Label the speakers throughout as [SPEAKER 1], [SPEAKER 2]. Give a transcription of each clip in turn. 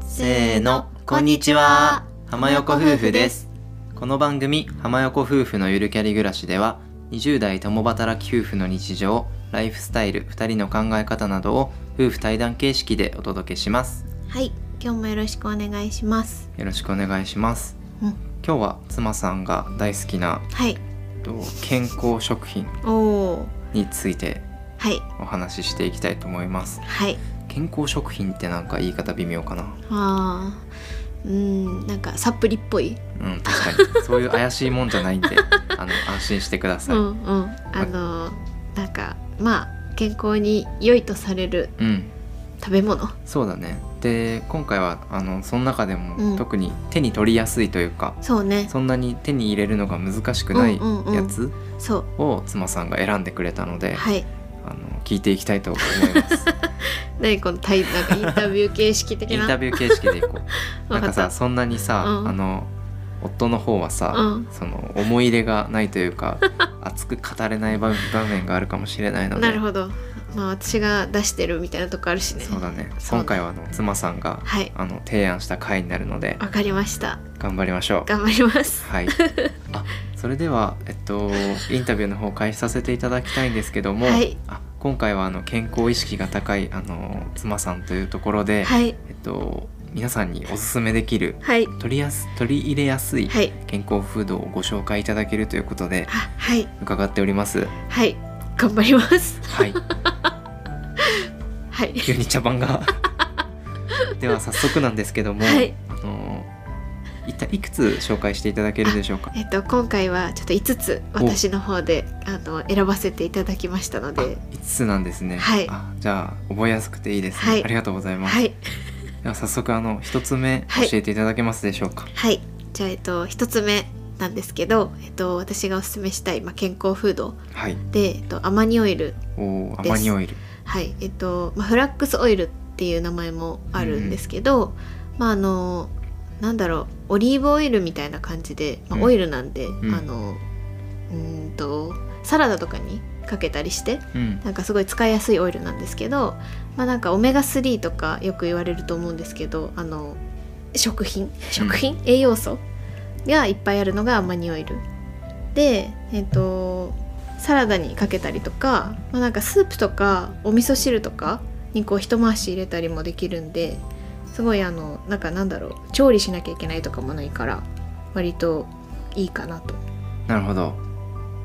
[SPEAKER 1] せーのこんにちは浜横夫婦ですこの番組「浜横夫婦のゆるキャリ暮らし」では20代共働き夫婦の日常ライフスタイル2人の考え方などを夫婦対談形式でお届けします
[SPEAKER 2] はい、今日もよろしくお願いします。
[SPEAKER 1] よろしくお願いします、
[SPEAKER 2] うん
[SPEAKER 1] 今日は妻さんが大好きな
[SPEAKER 2] はい、
[SPEAKER 1] えっと健康食品
[SPEAKER 2] おお、
[SPEAKER 1] について
[SPEAKER 2] はい、
[SPEAKER 1] お話ししていきたいと思います
[SPEAKER 2] はい、
[SPEAKER 1] 健康食品ってなんか言い方微妙かな
[SPEAKER 2] あーうーん、なんかサプリっぽい。
[SPEAKER 1] うん確かにそういう怪しいもんじゃないん であの安心してくだ
[SPEAKER 2] う
[SPEAKER 1] さい、
[SPEAKER 2] ん、うん、あのー、なんか、まあ、健康に良いとされる
[SPEAKER 1] うん
[SPEAKER 2] 食べ物。
[SPEAKER 1] そうだねで今回はあのその中でも、
[SPEAKER 2] うん
[SPEAKER 1] 特に手に取りやすいというか
[SPEAKER 2] そうね、
[SPEAKER 1] そんなに手に入れるのが難しくない
[SPEAKER 2] うんうんうん
[SPEAKER 1] やつ
[SPEAKER 2] そう、
[SPEAKER 1] を妻さんが選んでくれたので、
[SPEAKER 2] はい。
[SPEAKER 1] あの聞いていきたいと思 います
[SPEAKER 2] 何この対、なんかインタビュー形式的
[SPEAKER 1] イン
[SPEAKER 2] な。
[SPEAKER 1] タビュー形式でいこう
[SPEAKER 2] わ
[SPEAKER 1] なん
[SPEAKER 2] か
[SPEAKER 1] か
[SPEAKER 2] っ
[SPEAKER 1] さ
[SPEAKER 2] た。
[SPEAKER 1] そんなにさ、
[SPEAKER 2] うん
[SPEAKER 1] あの夫の方はさ、
[SPEAKER 2] うん
[SPEAKER 1] その思い入れがないというか 熱く語れない場場面があるかもしれないので
[SPEAKER 2] なるほど。まあ、私が出してるみたいなとこあるしね。
[SPEAKER 1] そうだね
[SPEAKER 2] そう
[SPEAKER 1] 今
[SPEAKER 2] ね
[SPEAKER 1] 回はあの妻さんが、
[SPEAKER 2] はい
[SPEAKER 1] あの提案した回になるので
[SPEAKER 2] わかりました。
[SPEAKER 1] 頑張りましょう
[SPEAKER 2] 頑張ります。
[SPEAKER 1] はいあそれではえっとインタビューの方を開始させていただきたいんですけども、
[SPEAKER 2] はい
[SPEAKER 1] あ今回はあの健康意識が高いあの妻さんというところで、
[SPEAKER 2] はい、
[SPEAKER 1] えっと皆さんにおすすめできる
[SPEAKER 2] はい、
[SPEAKER 1] 取りやす取り入れやすい
[SPEAKER 2] はい。
[SPEAKER 1] 健康フードをご紹介いただけるということで
[SPEAKER 2] あ、はい、
[SPEAKER 1] 伺っております。
[SPEAKER 2] はい。頑張ります。
[SPEAKER 1] はい、
[SPEAKER 2] はい。
[SPEAKER 1] 急に茶 番が。では早速なんですけども、
[SPEAKER 2] はい
[SPEAKER 1] あのいたいくつ紹介していただけるでしょうか。
[SPEAKER 2] えっと、今回はちょっと5つ私の方であの選ばせていただきましたの
[SPEAKER 1] あ
[SPEAKER 2] で、
[SPEAKER 1] 五つなんですね。
[SPEAKER 2] はい
[SPEAKER 1] あじゃあ覚えやすくていいですね。
[SPEAKER 2] はい
[SPEAKER 1] ありがとうございます。
[SPEAKER 2] はい
[SPEAKER 1] では早速あの一つ目
[SPEAKER 2] はい
[SPEAKER 1] 教えていただけますでしょうか。
[SPEAKER 2] はいじゃあ、えっと、1つ目なんですけど、えっと、私がおすすめしたい、まあ、健康フード
[SPEAKER 1] はい。
[SPEAKER 2] で、えっと、アマニオイル
[SPEAKER 1] おおア
[SPEAKER 2] です
[SPEAKER 1] マニオイル。
[SPEAKER 2] はいえっと、まあ、フラックスオイルっていう名前もあるんですけど、まああのなんだろうオリーブオイルみたいな感じで、まあ
[SPEAKER 1] うん
[SPEAKER 2] オイルなんで、
[SPEAKER 1] うん
[SPEAKER 2] あのうーんとサラダとかにかけたりして
[SPEAKER 1] うん。
[SPEAKER 2] なんかすごい使いやすいオイルなんですけど、まあ、なんかオメガ3とかよく言われると思うんですけどあの食品食品、栄養素がいっぱいあるのがアマニオイルでえっ、とサラダにかけたりとか、まあ、なんかスープとかお味噌汁とかにこう一回し入れたりもできるんですごいあのなんかなんだろう調理しなきゃいけないとかもないから割といいかなと
[SPEAKER 1] なるほど。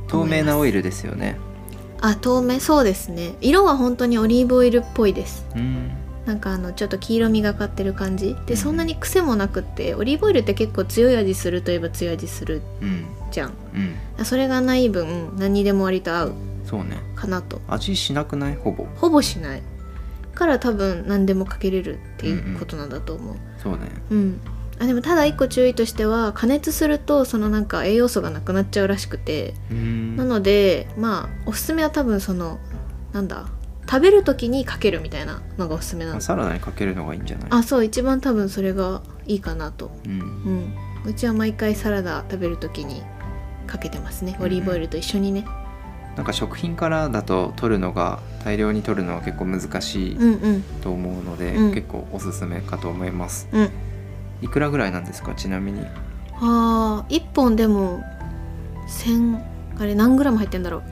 [SPEAKER 1] 透明なオイルですよね。
[SPEAKER 2] あ透明そうですね色は本当にオリーブオイルっぽいです
[SPEAKER 1] うん。
[SPEAKER 2] なんかあのちょっと黄色みがかってる感じ
[SPEAKER 1] うん
[SPEAKER 2] でそんなに癖もなくってオリーブオイルって結構強い味するといえば強い味する
[SPEAKER 1] うん。
[SPEAKER 2] じゃん
[SPEAKER 1] うん。
[SPEAKER 2] それがない分何にでも割と合う
[SPEAKER 1] そうね。
[SPEAKER 2] かなと
[SPEAKER 1] 味しなくないほぼ。
[SPEAKER 2] ほぼしないから多分何でもかけれるっていうことなんだと思う
[SPEAKER 1] そうね。
[SPEAKER 2] うん、あでもただ一個注意としては加熱するとそのなんか栄養素がなくなっちゃうらしくて
[SPEAKER 1] うーん。
[SPEAKER 2] なのでまあおすすめは多分そのなんだ食べる時にかけるみたいなのがおすすめな
[SPEAKER 1] ま
[SPEAKER 2] の
[SPEAKER 1] あサラダにかけるのがいいんじゃない。
[SPEAKER 2] あそう一番多分それがいいかなと
[SPEAKER 1] うん。
[SPEAKER 2] うん、うちは毎回サラダ食べるときにかけてますね
[SPEAKER 1] うん
[SPEAKER 2] オリーブオイルと一緒にね、
[SPEAKER 1] なんか食品からだと取るのが大量に取るのは結構難しい
[SPEAKER 2] うん、うん
[SPEAKER 1] と思うので、
[SPEAKER 2] うん
[SPEAKER 1] 結構おすすめかと思います。
[SPEAKER 2] うん
[SPEAKER 1] いくらぐらいなんですかちなみに。
[SPEAKER 2] あー1本でも1000あれ何グラム入ってんだろう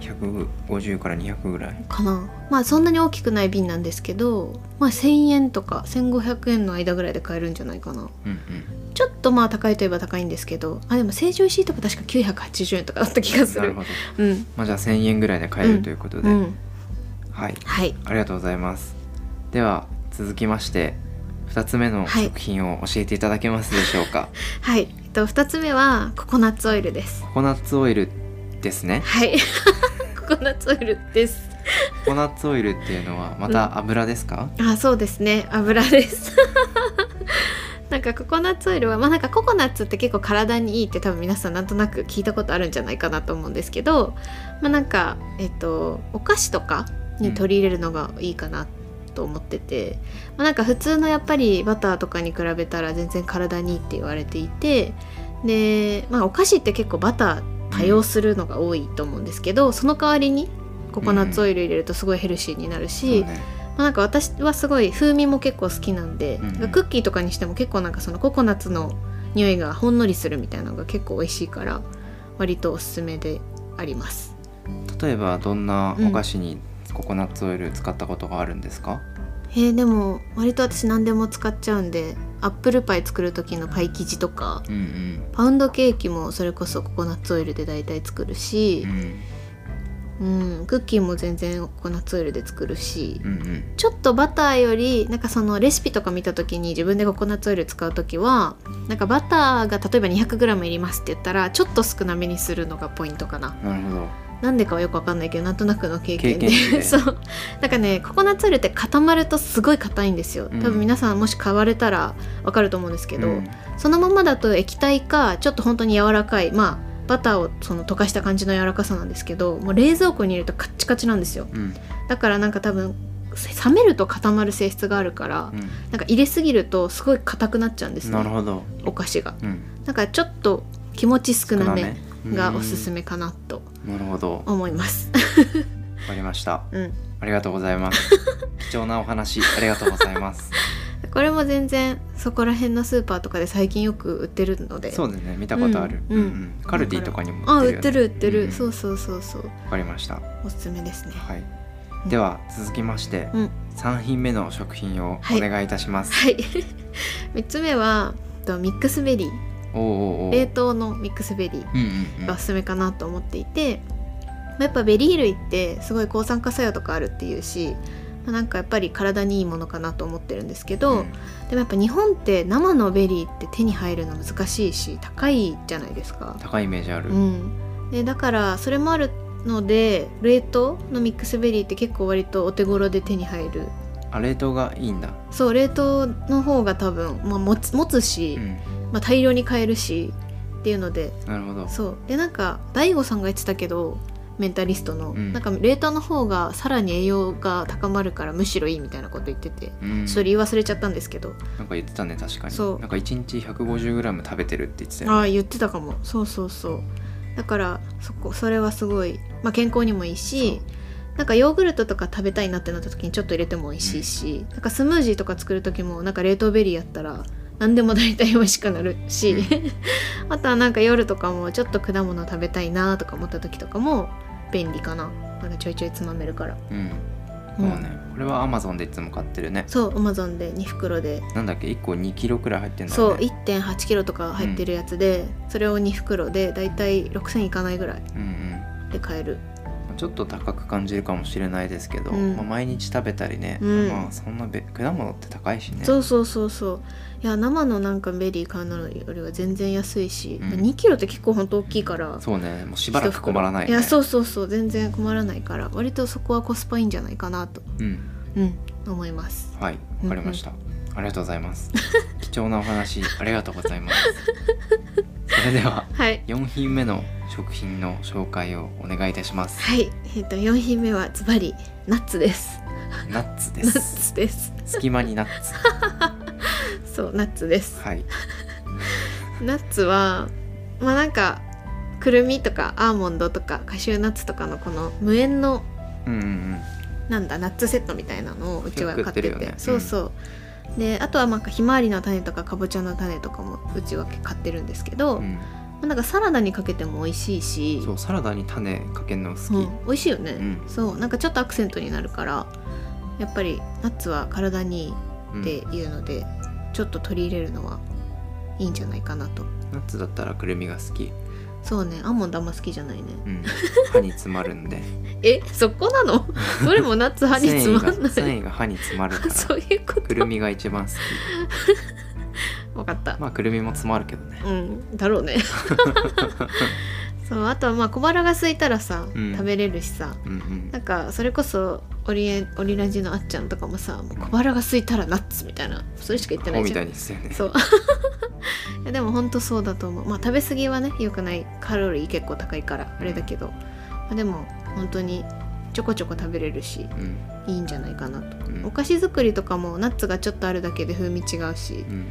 [SPEAKER 1] 150から200ぐらい。
[SPEAKER 2] かなまあそんなに大きくない瓶なんですけど、まあ、1,000円とか1,500円の間ぐらいで買えるんじゃないかな
[SPEAKER 1] うんうん。
[SPEAKER 2] ちょっとまあ高いといえば高いんですけどあでも成城石井とか確か980円とかだった気がす
[SPEAKER 1] な
[SPEAKER 2] る
[SPEAKER 1] るほど。
[SPEAKER 2] うん
[SPEAKER 1] まあ、じゃあ1000円ぐらいで買えるということで、
[SPEAKER 2] うん
[SPEAKER 1] はい
[SPEAKER 2] はい
[SPEAKER 1] ありがとうございますでは続きまして2つ目の
[SPEAKER 2] はい
[SPEAKER 1] 食品を教えていただけますでしょう か、
[SPEAKER 2] はい、えっと、2つ目はココナッツオイルです
[SPEAKER 1] ココナッツオイルですね
[SPEAKER 2] はい。 ココナッツオイルです。
[SPEAKER 1] ココナッツオイルっていうのはまた油ですか、
[SPEAKER 2] あ、そうですね。油です。 なんかココナッツオイルはまあなんかココナッツって結構体にいいって多分皆さんなんとなく聞いたことあるんじゃないかなと思うんですけど、まあなんかえっとお菓子とかに取り入れるのがいいかなと思ってて、まあなんか普通のやっぱりバターとかに比べたら全然体にいいって言われていて、でまあお菓子って結構バター多用するのが多いと思うんですけど、その代わりにココナッツオイル入れるとすごいヘルシーになる
[SPEAKER 1] そう
[SPEAKER 2] し、
[SPEAKER 1] ね
[SPEAKER 2] まあ、なんか私はすごい風味も結構好きなんで、
[SPEAKER 1] うんうん
[SPEAKER 2] クッキーとかにしても結構なんかそのココナッツの匂いがほんのりするみたいなのが結構美味しいから割とおすすめであります
[SPEAKER 1] 例えばどんなお菓子にココナッツオイル使ったことがあるんですか、
[SPEAKER 2] えーでも割と私何でも使っちゃうんでアップルパイ作る時のパイ生地とか
[SPEAKER 1] うん、うん
[SPEAKER 2] パウンドケーキもそれこそココナッツオイルで大体作るし
[SPEAKER 1] う、ん
[SPEAKER 2] うん、クッキーも全然ココナッツオイルで作るし
[SPEAKER 1] うんうん
[SPEAKER 2] ちょっとバターよりなんかそのレシピとか見た時に自分でココナッツオイル使う時はなんかバターが例えば 200g いりますって言ったらちょっと少なめにするのがポイントかな
[SPEAKER 1] なるほど
[SPEAKER 2] なんでかはよくわかんないけどなんとなくの経験で
[SPEAKER 1] 経験値で
[SPEAKER 2] そうなんかねココナッツオイルって固まるとすごい硬いんですよ
[SPEAKER 1] うん
[SPEAKER 2] 多分皆さんもし買われたらわかると思うんですけど、
[SPEAKER 1] うん
[SPEAKER 2] そのままだと液体かちょっと本当に柔らかいまあバターをその溶かした感じの柔らかさなんですけどもう冷蔵庫に入れるとカッチカチなんですよ
[SPEAKER 1] うん
[SPEAKER 2] だからなんか多分冷めると固まる性質があるから
[SPEAKER 1] うん
[SPEAKER 2] なんか入れすぎるとすごい硬くなっちゃうんです
[SPEAKER 1] なる
[SPEAKER 2] ね
[SPEAKER 1] ほど、
[SPEAKER 2] お菓子が
[SPEAKER 1] うん、
[SPEAKER 2] だからちょっと気持ち少なめがおすす
[SPEAKER 1] め
[SPEAKER 2] めかなと
[SPEAKER 1] なるほどわ
[SPEAKER 2] 思います、
[SPEAKER 1] かりました
[SPEAKER 2] うん、
[SPEAKER 1] ありがとうございます 貴重なお話ありがとうございます
[SPEAKER 2] これも全然そこら辺のスーパーとかで最近よく売ってるので
[SPEAKER 1] そうですね見たことある、
[SPEAKER 2] う
[SPEAKER 1] うんん
[SPEAKER 2] う
[SPEAKER 1] うんんカルディとかにも
[SPEAKER 2] あ
[SPEAKER 1] 売
[SPEAKER 2] 売
[SPEAKER 1] っ
[SPEAKER 2] ってて
[SPEAKER 1] るよね
[SPEAKER 2] る売ってる、
[SPEAKER 1] うん
[SPEAKER 2] そうそうそうそう
[SPEAKER 1] わかりました
[SPEAKER 2] おすすめですね
[SPEAKER 1] はい、
[SPEAKER 2] うん
[SPEAKER 1] では続きまして、
[SPEAKER 2] うん
[SPEAKER 1] 三品目の食品を
[SPEAKER 2] はい
[SPEAKER 1] お願いいたします、
[SPEAKER 2] はい 3つ目はとミックスベリー
[SPEAKER 1] おおおうおう
[SPEAKER 2] 冷凍のミックスベリー
[SPEAKER 1] うんうんう
[SPEAKER 2] がお
[SPEAKER 1] ん
[SPEAKER 2] すすめかなと思っていて、まあやっぱベリー類ってすごい抗酸化作用とかあるっていうし、まあなんかやっぱり体にいいものかなと思ってるんですけど、
[SPEAKER 1] うん
[SPEAKER 2] でもやっぱ日本って生のベリーって手に入るの難しいし高いじゃないですか。
[SPEAKER 1] 高いイメージある、
[SPEAKER 2] うん、でだからそれもあるので冷凍のミックスベリーって結構割とお手頃で手に入る
[SPEAKER 1] あ冷凍がいいんだ、
[SPEAKER 2] そう冷凍の方が多分、まあ、持つ持つし
[SPEAKER 1] う、ん、
[SPEAKER 2] まあ、大量に買えるしっていうので
[SPEAKER 1] なるほど
[SPEAKER 2] そうでなんか大悟さんが言ってたけどメンタリストの、
[SPEAKER 1] うん
[SPEAKER 2] なんか冷凍の方がさらに栄養が高まるからむしろいいみたいなこと言ってて。
[SPEAKER 1] うん
[SPEAKER 2] ちょっと理由忘れちゃったんですけど、
[SPEAKER 1] なんか言ってたね確かに
[SPEAKER 2] そう
[SPEAKER 1] なんか一日 150g 食べてるって言ってたよ
[SPEAKER 2] あ
[SPEAKER 1] ね
[SPEAKER 2] あ言ってたかもそうそうそうだからそこそれはすごい、まあ、健康にもいいしなんかヨーグルトとか食べたいなってなった時にちょっと入れても美味しいし、なんかスムージーとか作る時もなんか冷凍ベリーやったら何でも大体美味しくなるし、
[SPEAKER 1] う
[SPEAKER 2] あとはなんか夜とかもちょっと果物食べたいなとか思った時とかも便利かななんかちょいちょいつまめるから、
[SPEAKER 1] うん
[SPEAKER 2] う
[SPEAKER 1] そ
[SPEAKER 2] ん
[SPEAKER 1] うねこれは Amazon でいつも買ってるね
[SPEAKER 2] そうアマゾンで2袋で
[SPEAKER 1] なんだっけ1個 2kg くらい入ってんだ
[SPEAKER 2] そう
[SPEAKER 1] よね
[SPEAKER 2] 1 8キロとか入ってるやつで、それを2袋でだいたい6000いかないぐらい
[SPEAKER 1] うんうん
[SPEAKER 2] で買える
[SPEAKER 1] まあちょっと高く感じるかもしれないですけど、
[SPEAKER 2] うん
[SPEAKER 1] まあ、毎日食べたりね、
[SPEAKER 2] うん
[SPEAKER 1] まあそんなべ果物って高いしね
[SPEAKER 2] そうそうそうそういや生のなんかベリー買うのよりは全然安いし、
[SPEAKER 1] うん
[SPEAKER 2] 2キロって結構ほんと大きいから
[SPEAKER 1] そうねもうしばらく困らない、ね、、
[SPEAKER 2] やそううそうそう全然困らないから割とそこはコスパいいんじゃないかなと、
[SPEAKER 1] ん、
[SPEAKER 2] うん、思います
[SPEAKER 1] はいわかりました、ありがとうございます 貴重なお話ありがとうございますそれでは
[SPEAKER 2] はい
[SPEAKER 1] 4品目の食品の紹介をお願いいたします
[SPEAKER 2] はいえっ、と4品目はズバリナッツです
[SPEAKER 1] ナッツで
[SPEAKER 2] ナッ
[SPEAKER 1] す
[SPEAKER 2] ツです
[SPEAKER 1] 隙間にナッツ
[SPEAKER 2] そうナッツです
[SPEAKER 1] はい
[SPEAKER 2] ナッツはまあなんかくるみとかアーモンドとかカシューナッツとかのこの無塩の
[SPEAKER 1] うんうんうん
[SPEAKER 2] なんだナッツセットみたいなのをうちは買ってて
[SPEAKER 1] よく売ってるよね
[SPEAKER 2] そうそう、であとはなんかひまわりの種とかかぼちゃの種とかもうちは買ってるんですけど、ま
[SPEAKER 1] う
[SPEAKER 2] あなんかサラダにかけても美味しいし
[SPEAKER 1] ん、そうサラダに種かけるの好き、
[SPEAKER 2] うん美味しいよね、
[SPEAKER 1] うん
[SPEAKER 2] そうなんかちょっとアクセントになるからやっぱりナッツは体にいい
[SPEAKER 1] うん
[SPEAKER 2] っていうので、ちょっと取り入れるのはいいんじゃないかなと
[SPEAKER 1] ナッツだったらくるみが好き、
[SPEAKER 2] そうねアーモンドあんま好きじゃないね
[SPEAKER 1] うん、歯に詰まるんで
[SPEAKER 2] えそこな のどれもナッツ歯につまん
[SPEAKER 1] 繊維が
[SPEAKER 2] ない
[SPEAKER 1] 繊維が歯に詰まるか
[SPEAKER 2] そ
[SPEAKER 1] ら
[SPEAKER 2] ういうこ
[SPEAKER 1] く
[SPEAKER 2] と
[SPEAKER 1] るみが一番好き
[SPEAKER 2] 分かった
[SPEAKER 1] まあくるみも詰まるけどね
[SPEAKER 2] うんだろうねそうあとはまあ小腹が空いたらさ、
[SPEAKER 1] うん
[SPEAKER 2] 食べれるしさ
[SPEAKER 1] うんうん
[SPEAKER 2] なんかそれこそオリエオリラジのあっちゃんとかもさもう小腹が空いたらナッツみたいなそれしか言ってな
[SPEAKER 1] アホ
[SPEAKER 2] い
[SPEAKER 1] み
[SPEAKER 2] じ
[SPEAKER 1] た
[SPEAKER 2] ゃ
[SPEAKER 1] い
[SPEAKER 2] ん
[SPEAKER 1] にすよね
[SPEAKER 2] そういやでもほんとそう だと思うまあ食べ過ぎはね良くないカロリー結構高いからあれだけど、まあ、でも本当にちょこちょこ食べれるし
[SPEAKER 1] うん
[SPEAKER 2] いいんじゃないかなと、
[SPEAKER 1] うん
[SPEAKER 2] お菓子作りとかもナッツがちょっとあるだけで風味違うし
[SPEAKER 1] うん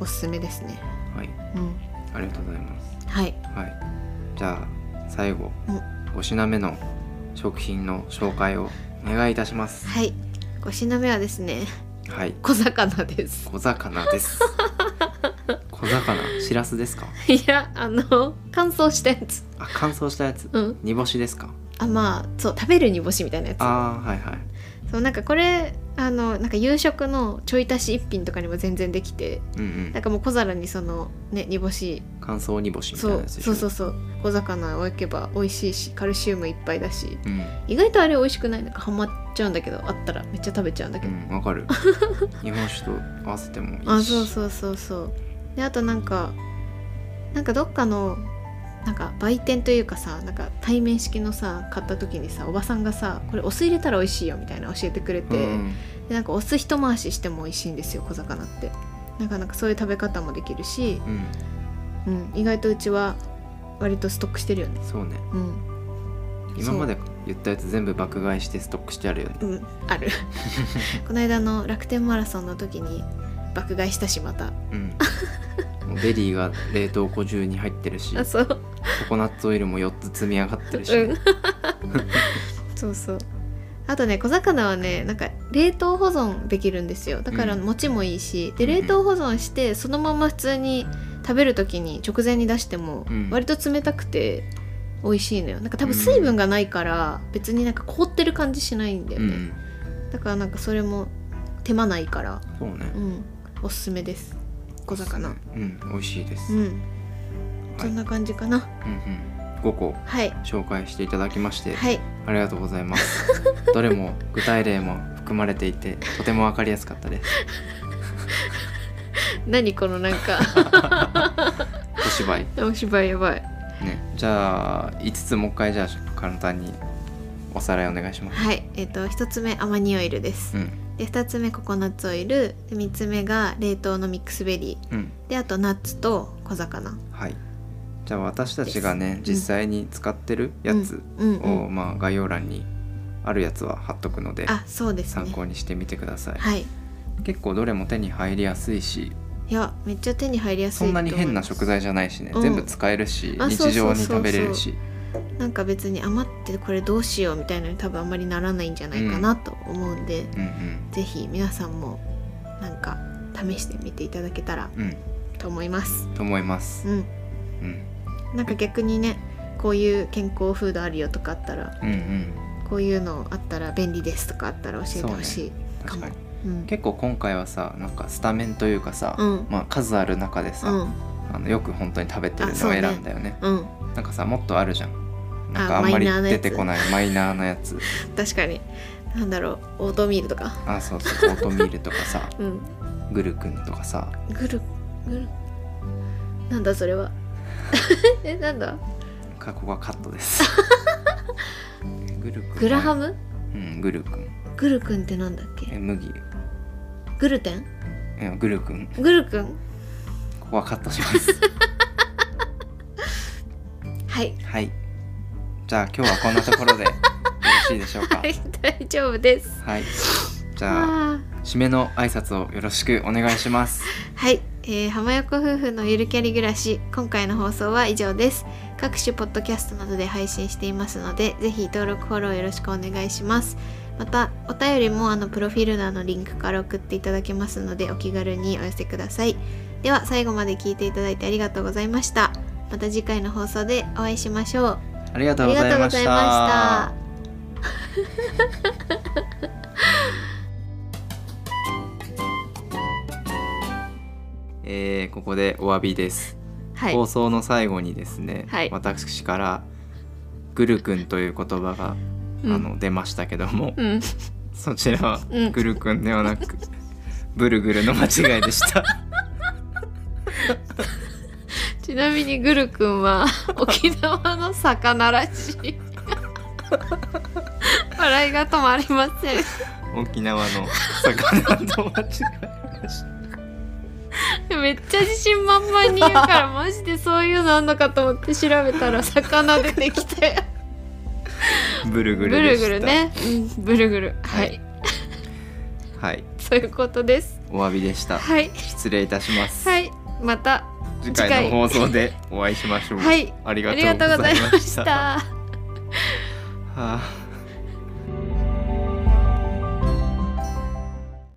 [SPEAKER 2] おすすめですね
[SPEAKER 1] はい
[SPEAKER 2] うん
[SPEAKER 1] ありがとうございます
[SPEAKER 2] はい
[SPEAKER 1] はいじゃあ最後
[SPEAKER 2] うん
[SPEAKER 1] 5品目の食品の紹介をお願いいたします
[SPEAKER 2] はい5品目はですね
[SPEAKER 1] はい
[SPEAKER 2] 小魚です
[SPEAKER 1] 小魚です小魚しらすですか
[SPEAKER 2] いやあの乾燥したやつ
[SPEAKER 1] あ乾燥したやつ
[SPEAKER 2] うん
[SPEAKER 1] 煮干しですか
[SPEAKER 2] あまあそう食べる煮干しみたいなやつ
[SPEAKER 1] あーはいはい
[SPEAKER 2] そうなんかこれあのなんか夕食のちょい足し一品とかにも全然できて
[SPEAKER 1] うんう
[SPEAKER 2] なんんかもう小皿にそのね煮干し
[SPEAKER 1] 乾燥煮干しみたい
[SPEAKER 2] そ
[SPEAKER 1] な
[SPEAKER 2] う
[SPEAKER 1] やつでし
[SPEAKER 2] そ
[SPEAKER 1] ょ
[SPEAKER 2] うそうそう小魚を焼けば美味しいしカルシウムいっぱいだし
[SPEAKER 1] うん
[SPEAKER 2] 意外とあれ美味しくないなんかハマっちゃうんだけどあったらめっちゃ食べちゃうんだけ
[SPEAKER 1] う
[SPEAKER 2] ど、
[SPEAKER 1] ん わかる日本酒と合わせてもいいし
[SPEAKER 2] あそうそうそうそうであとなんかなんかどっかのなんか売店というかさなんか対面式のさ買った時にさおばさんがさこれお酢入れたら美味しいよみたいな教えてくれて、
[SPEAKER 1] うん
[SPEAKER 2] でなんかお酢一回ししても美味しいんですよ小魚ってなんかなんかそういう食べ方もできるし、
[SPEAKER 1] うん
[SPEAKER 2] うん、意外とうちは割とストックしてるよね
[SPEAKER 1] そうね
[SPEAKER 2] うん、
[SPEAKER 1] 今まで言ったやつ全部爆買いしてストックしてあるよね
[SPEAKER 2] うん、あ るこの間の楽天マラソンの時に爆買いしたしまた
[SPEAKER 1] うんもうベリーが冷凍庫中に入ってるし
[SPEAKER 2] あ
[SPEAKER 1] コ
[SPEAKER 2] そう
[SPEAKER 1] コナッツオイルも4つ積み上がってるし、
[SPEAKER 2] うん そうそうあとね小魚はねなんか冷凍保存できるんですよだから
[SPEAKER 1] うん
[SPEAKER 2] 持ちもいいし、で
[SPEAKER 1] うんうん
[SPEAKER 2] 冷凍保存してそのまま普通に食べる時に直前に出しても
[SPEAKER 1] うん
[SPEAKER 2] 割と冷たくて美味しいのよなんか多分
[SPEAKER 1] うん
[SPEAKER 2] 水分がないから別になんか凍ってる感じしないんだよ
[SPEAKER 1] うんう
[SPEAKER 2] ね、
[SPEAKER 1] ん
[SPEAKER 2] だからなんかそれも手間ないから
[SPEAKER 1] そうね
[SPEAKER 2] うんおすすめです小魚
[SPEAKER 1] うん美味しいです、
[SPEAKER 2] う
[SPEAKER 1] うん
[SPEAKER 2] んそんな感じかな
[SPEAKER 1] うん5個
[SPEAKER 2] はい
[SPEAKER 1] 紹介していただきまして、
[SPEAKER 2] はい
[SPEAKER 1] ありがとうございます どれも具体例も含まれていてとても分かりやすかったです
[SPEAKER 2] 何このなん か
[SPEAKER 1] お芝居
[SPEAKER 2] お芝居やばい
[SPEAKER 1] ねじゃあ5つもう一回じゃあ簡単におさらいお願いします
[SPEAKER 2] はい、えっ、と一つ目アマニオイルです。
[SPEAKER 1] うん
[SPEAKER 2] で二つ目ココナッツオイル、で三つ目が冷凍のミックスベリ
[SPEAKER 1] うん
[SPEAKER 2] ー、であとナッツと小魚。
[SPEAKER 1] はいじゃあ私たちがね実際に使ってるやつ
[SPEAKER 2] うん
[SPEAKER 1] を、
[SPEAKER 2] うん。
[SPEAKER 1] まあ概要欄にあるやつは貼っとくので
[SPEAKER 2] あ、そうですね
[SPEAKER 1] 参。考にしてみてください、
[SPEAKER 2] はい。
[SPEAKER 1] 結構どれも手に入りやすいし
[SPEAKER 2] いやめっちゃ手に入りやすい
[SPEAKER 1] そんなに変な食
[SPEAKER 2] 材
[SPEAKER 1] 材じゃないしね、
[SPEAKER 2] うん
[SPEAKER 1] 全部使えるし
[SPEAKER 2] あそう
[SPEAKER 1] 日
[SPEAKER 2] そ
[SPEAKER 1] 常
[SPEAKER 2] うそう
[SPEAKER 1] に
[SPEAKER 2] そう
[SPEAKER 1] 食べれるし
[SPEAKER 2] なんか別に余ってこれどうしようみたいなのに多分あんまりならないんじゃないかなと思うんで、
[SPEAKER 1] うん
[SPEAKER 2] ぜひ皆さんもなんか試してみていただけたら
[SPEAKER 1] うん
[SPEAKER 2] と思います
[SPEAKER 1] う。んと思います
[SPEAKER 2] うん。
[SPEAKER 1] うん
[SPEAKER 2] なんか逆にねこういう健康フードあるよとかあったら
[SPEAKER 1] うんうん
[SPEAKER 2] こういうのあったら便利ですとかあったら教えてほしいか
[SPEAKER 1] 確
[SPEAKER 2] も。
[SPEAKER 1] かに
[SPEAKER 2] うん
[SPEAKER 1] 結構今回はさなんかスタメンというかさ、
[SPEAKER 2] うん
[SPEAKER 1] まあ数ある中でさ、
[SPEAKER 2] うん
[SPEAKER 1] あのよく本当に食べてるのを
[SPEAKER 2] あそうね
[SPEAKER 1] 選んだよね
[SPEAKER 2] うん
[SPEAKER 1] なんかさもっとあるじゃんなんかあ
[SPEAKER 2] あ
[SPEAKER 1] んま
[SPEAKER 2] マイ
[SPEAKER 1] り
[SPEAKER 2] ナーなや
[SPEAKER 1] 出
[SPEAKER 2] つ
[SPEAKER 1] てこないマイナーなやつ
[SPEAKER 2] 確かになんだろうオートミールとか
[SPEAKER 1] あそう そうオートミールとかさ
[SPEAKER 2] うん
[SPEAKER 1] グルクンとかさ
[SPEAKER 2] ぐるぐるなんだそれは えなんだ
[SPEAKER 1] 過去がカットです グルクンは
[SPEAKER 2] グラハム
[SPEAKER 1] うんグルクン
[SPEAKER 2] グルクンってなんだっ
[SPEAKER 1] え
[SPEAKER 2] け
[SPEAKER 1] 麦
[SPEAKER 2] グルテン
[SPEAKER 1] えグルクン
[SPEAKER 2] グルクン
[SPEAKER 1] ここはカットします
[SPEAKER 2] はい
[SPEAKER 1] はいじゃあ今日はこんなところでよろしいでしょう か
[SPEAKER 2] はい大丈夫です
[SPEAKER 1] はいじゃあ
[SPEAKER 2] あー
[SPEAKER 1] 締めの挨拶をよろしくお願いします。
[SPEAKER 2] はい、えー、浜横夫婦のゆるキャリ暮らし今回の放送は以上です各種ポッドキャストなどで配信していますのでぜひ登録フォローよろしくお願いしますまたお便りもあのプロフィール欄のリンクから送っていただけますのでお気軽にお寄せくださいでは最後まで聞いていただいてありがとうございましたまた次回の放送でお会いしましょう
[SPEAKER 1] ありがと
[SPEAKER 2] あ
[SPEAKER 1] うご
[SPEAKER 2] りが
[SPEAKER 1] ざ
[SPEAKER 2] と
[SPEAKER 1] いう
[SPEAKER 2] ご
[SPEAKER 1] まし
[SPEAKER 2] ざい
[SPEAKER 1] た
[SPEAKER 2] ま。した
[SPEAKER 1] えーここでお詫びです、
[SPEAKER 2] はい
[SPEAKER 1] 放送の最後にですね、
[SPEAKER 2] はい
[SPEAKER 1] 私から「グルくん」という言葉が、
[SPEAKER 2] うん
[SPEAKER 1] あの出ましたけども、
[SPEAKER 2] うん
[SPEAKER 1] そちらは
[SPEAKER 2] うん
[SPEAKER 1] グルくんではなく、ブルグルの間違い でした。
[SPEAKER 2] ちなみにグル君は 沖縄の魚らしい笑いが止まりません
[SPEAKER 1] 沖縄の魚と間違えました。
[SPEAKER 2] めっちゃ自信満々に言う からマジでそういうのあんのかと思って調べたら魚出てきて
[SPEAKER 1] ブル
[SPEAKER 2] ぐ
[SPEAKER 1] グルで
[SPEAKER 2] る
[SPEAKER 1] した。
[SPEAKER 2] ぐるね、うん、ぐるぐるはい、
[SPEAKER 1] はいはい、
[SPEAKER 2] そういうことです
[SPEAKER 1] お詫びでした。
[SPEAKER 2] はい
[SPEAKER 1] 失礼いたします。
[SPEAKER 2] はいまた
[SPEAKER 1] 次回の放送でお会いしましょう。
[SPEAKER 2] はい
[SPEAKER 1] あり
[SPEAKER 2] あ
[SPEAKER 1] が
[SPEAKER 2] りがと
[SPEAKER 1] と
[SPEAKER 2] う
[SPEAKER 1] う
[SPEAKER 2] ご
[SPEAKER 1] ご
[SPEAKER 2] ざ
[SPEAKER 1] ざ
[SPEAKER 2] い
[SPEAKER 1] い
[SPEAKER 2] ま
[SPEAKER 1] ま
[SPEAKER 2] し。
[SPEAKER 1] したた。はあ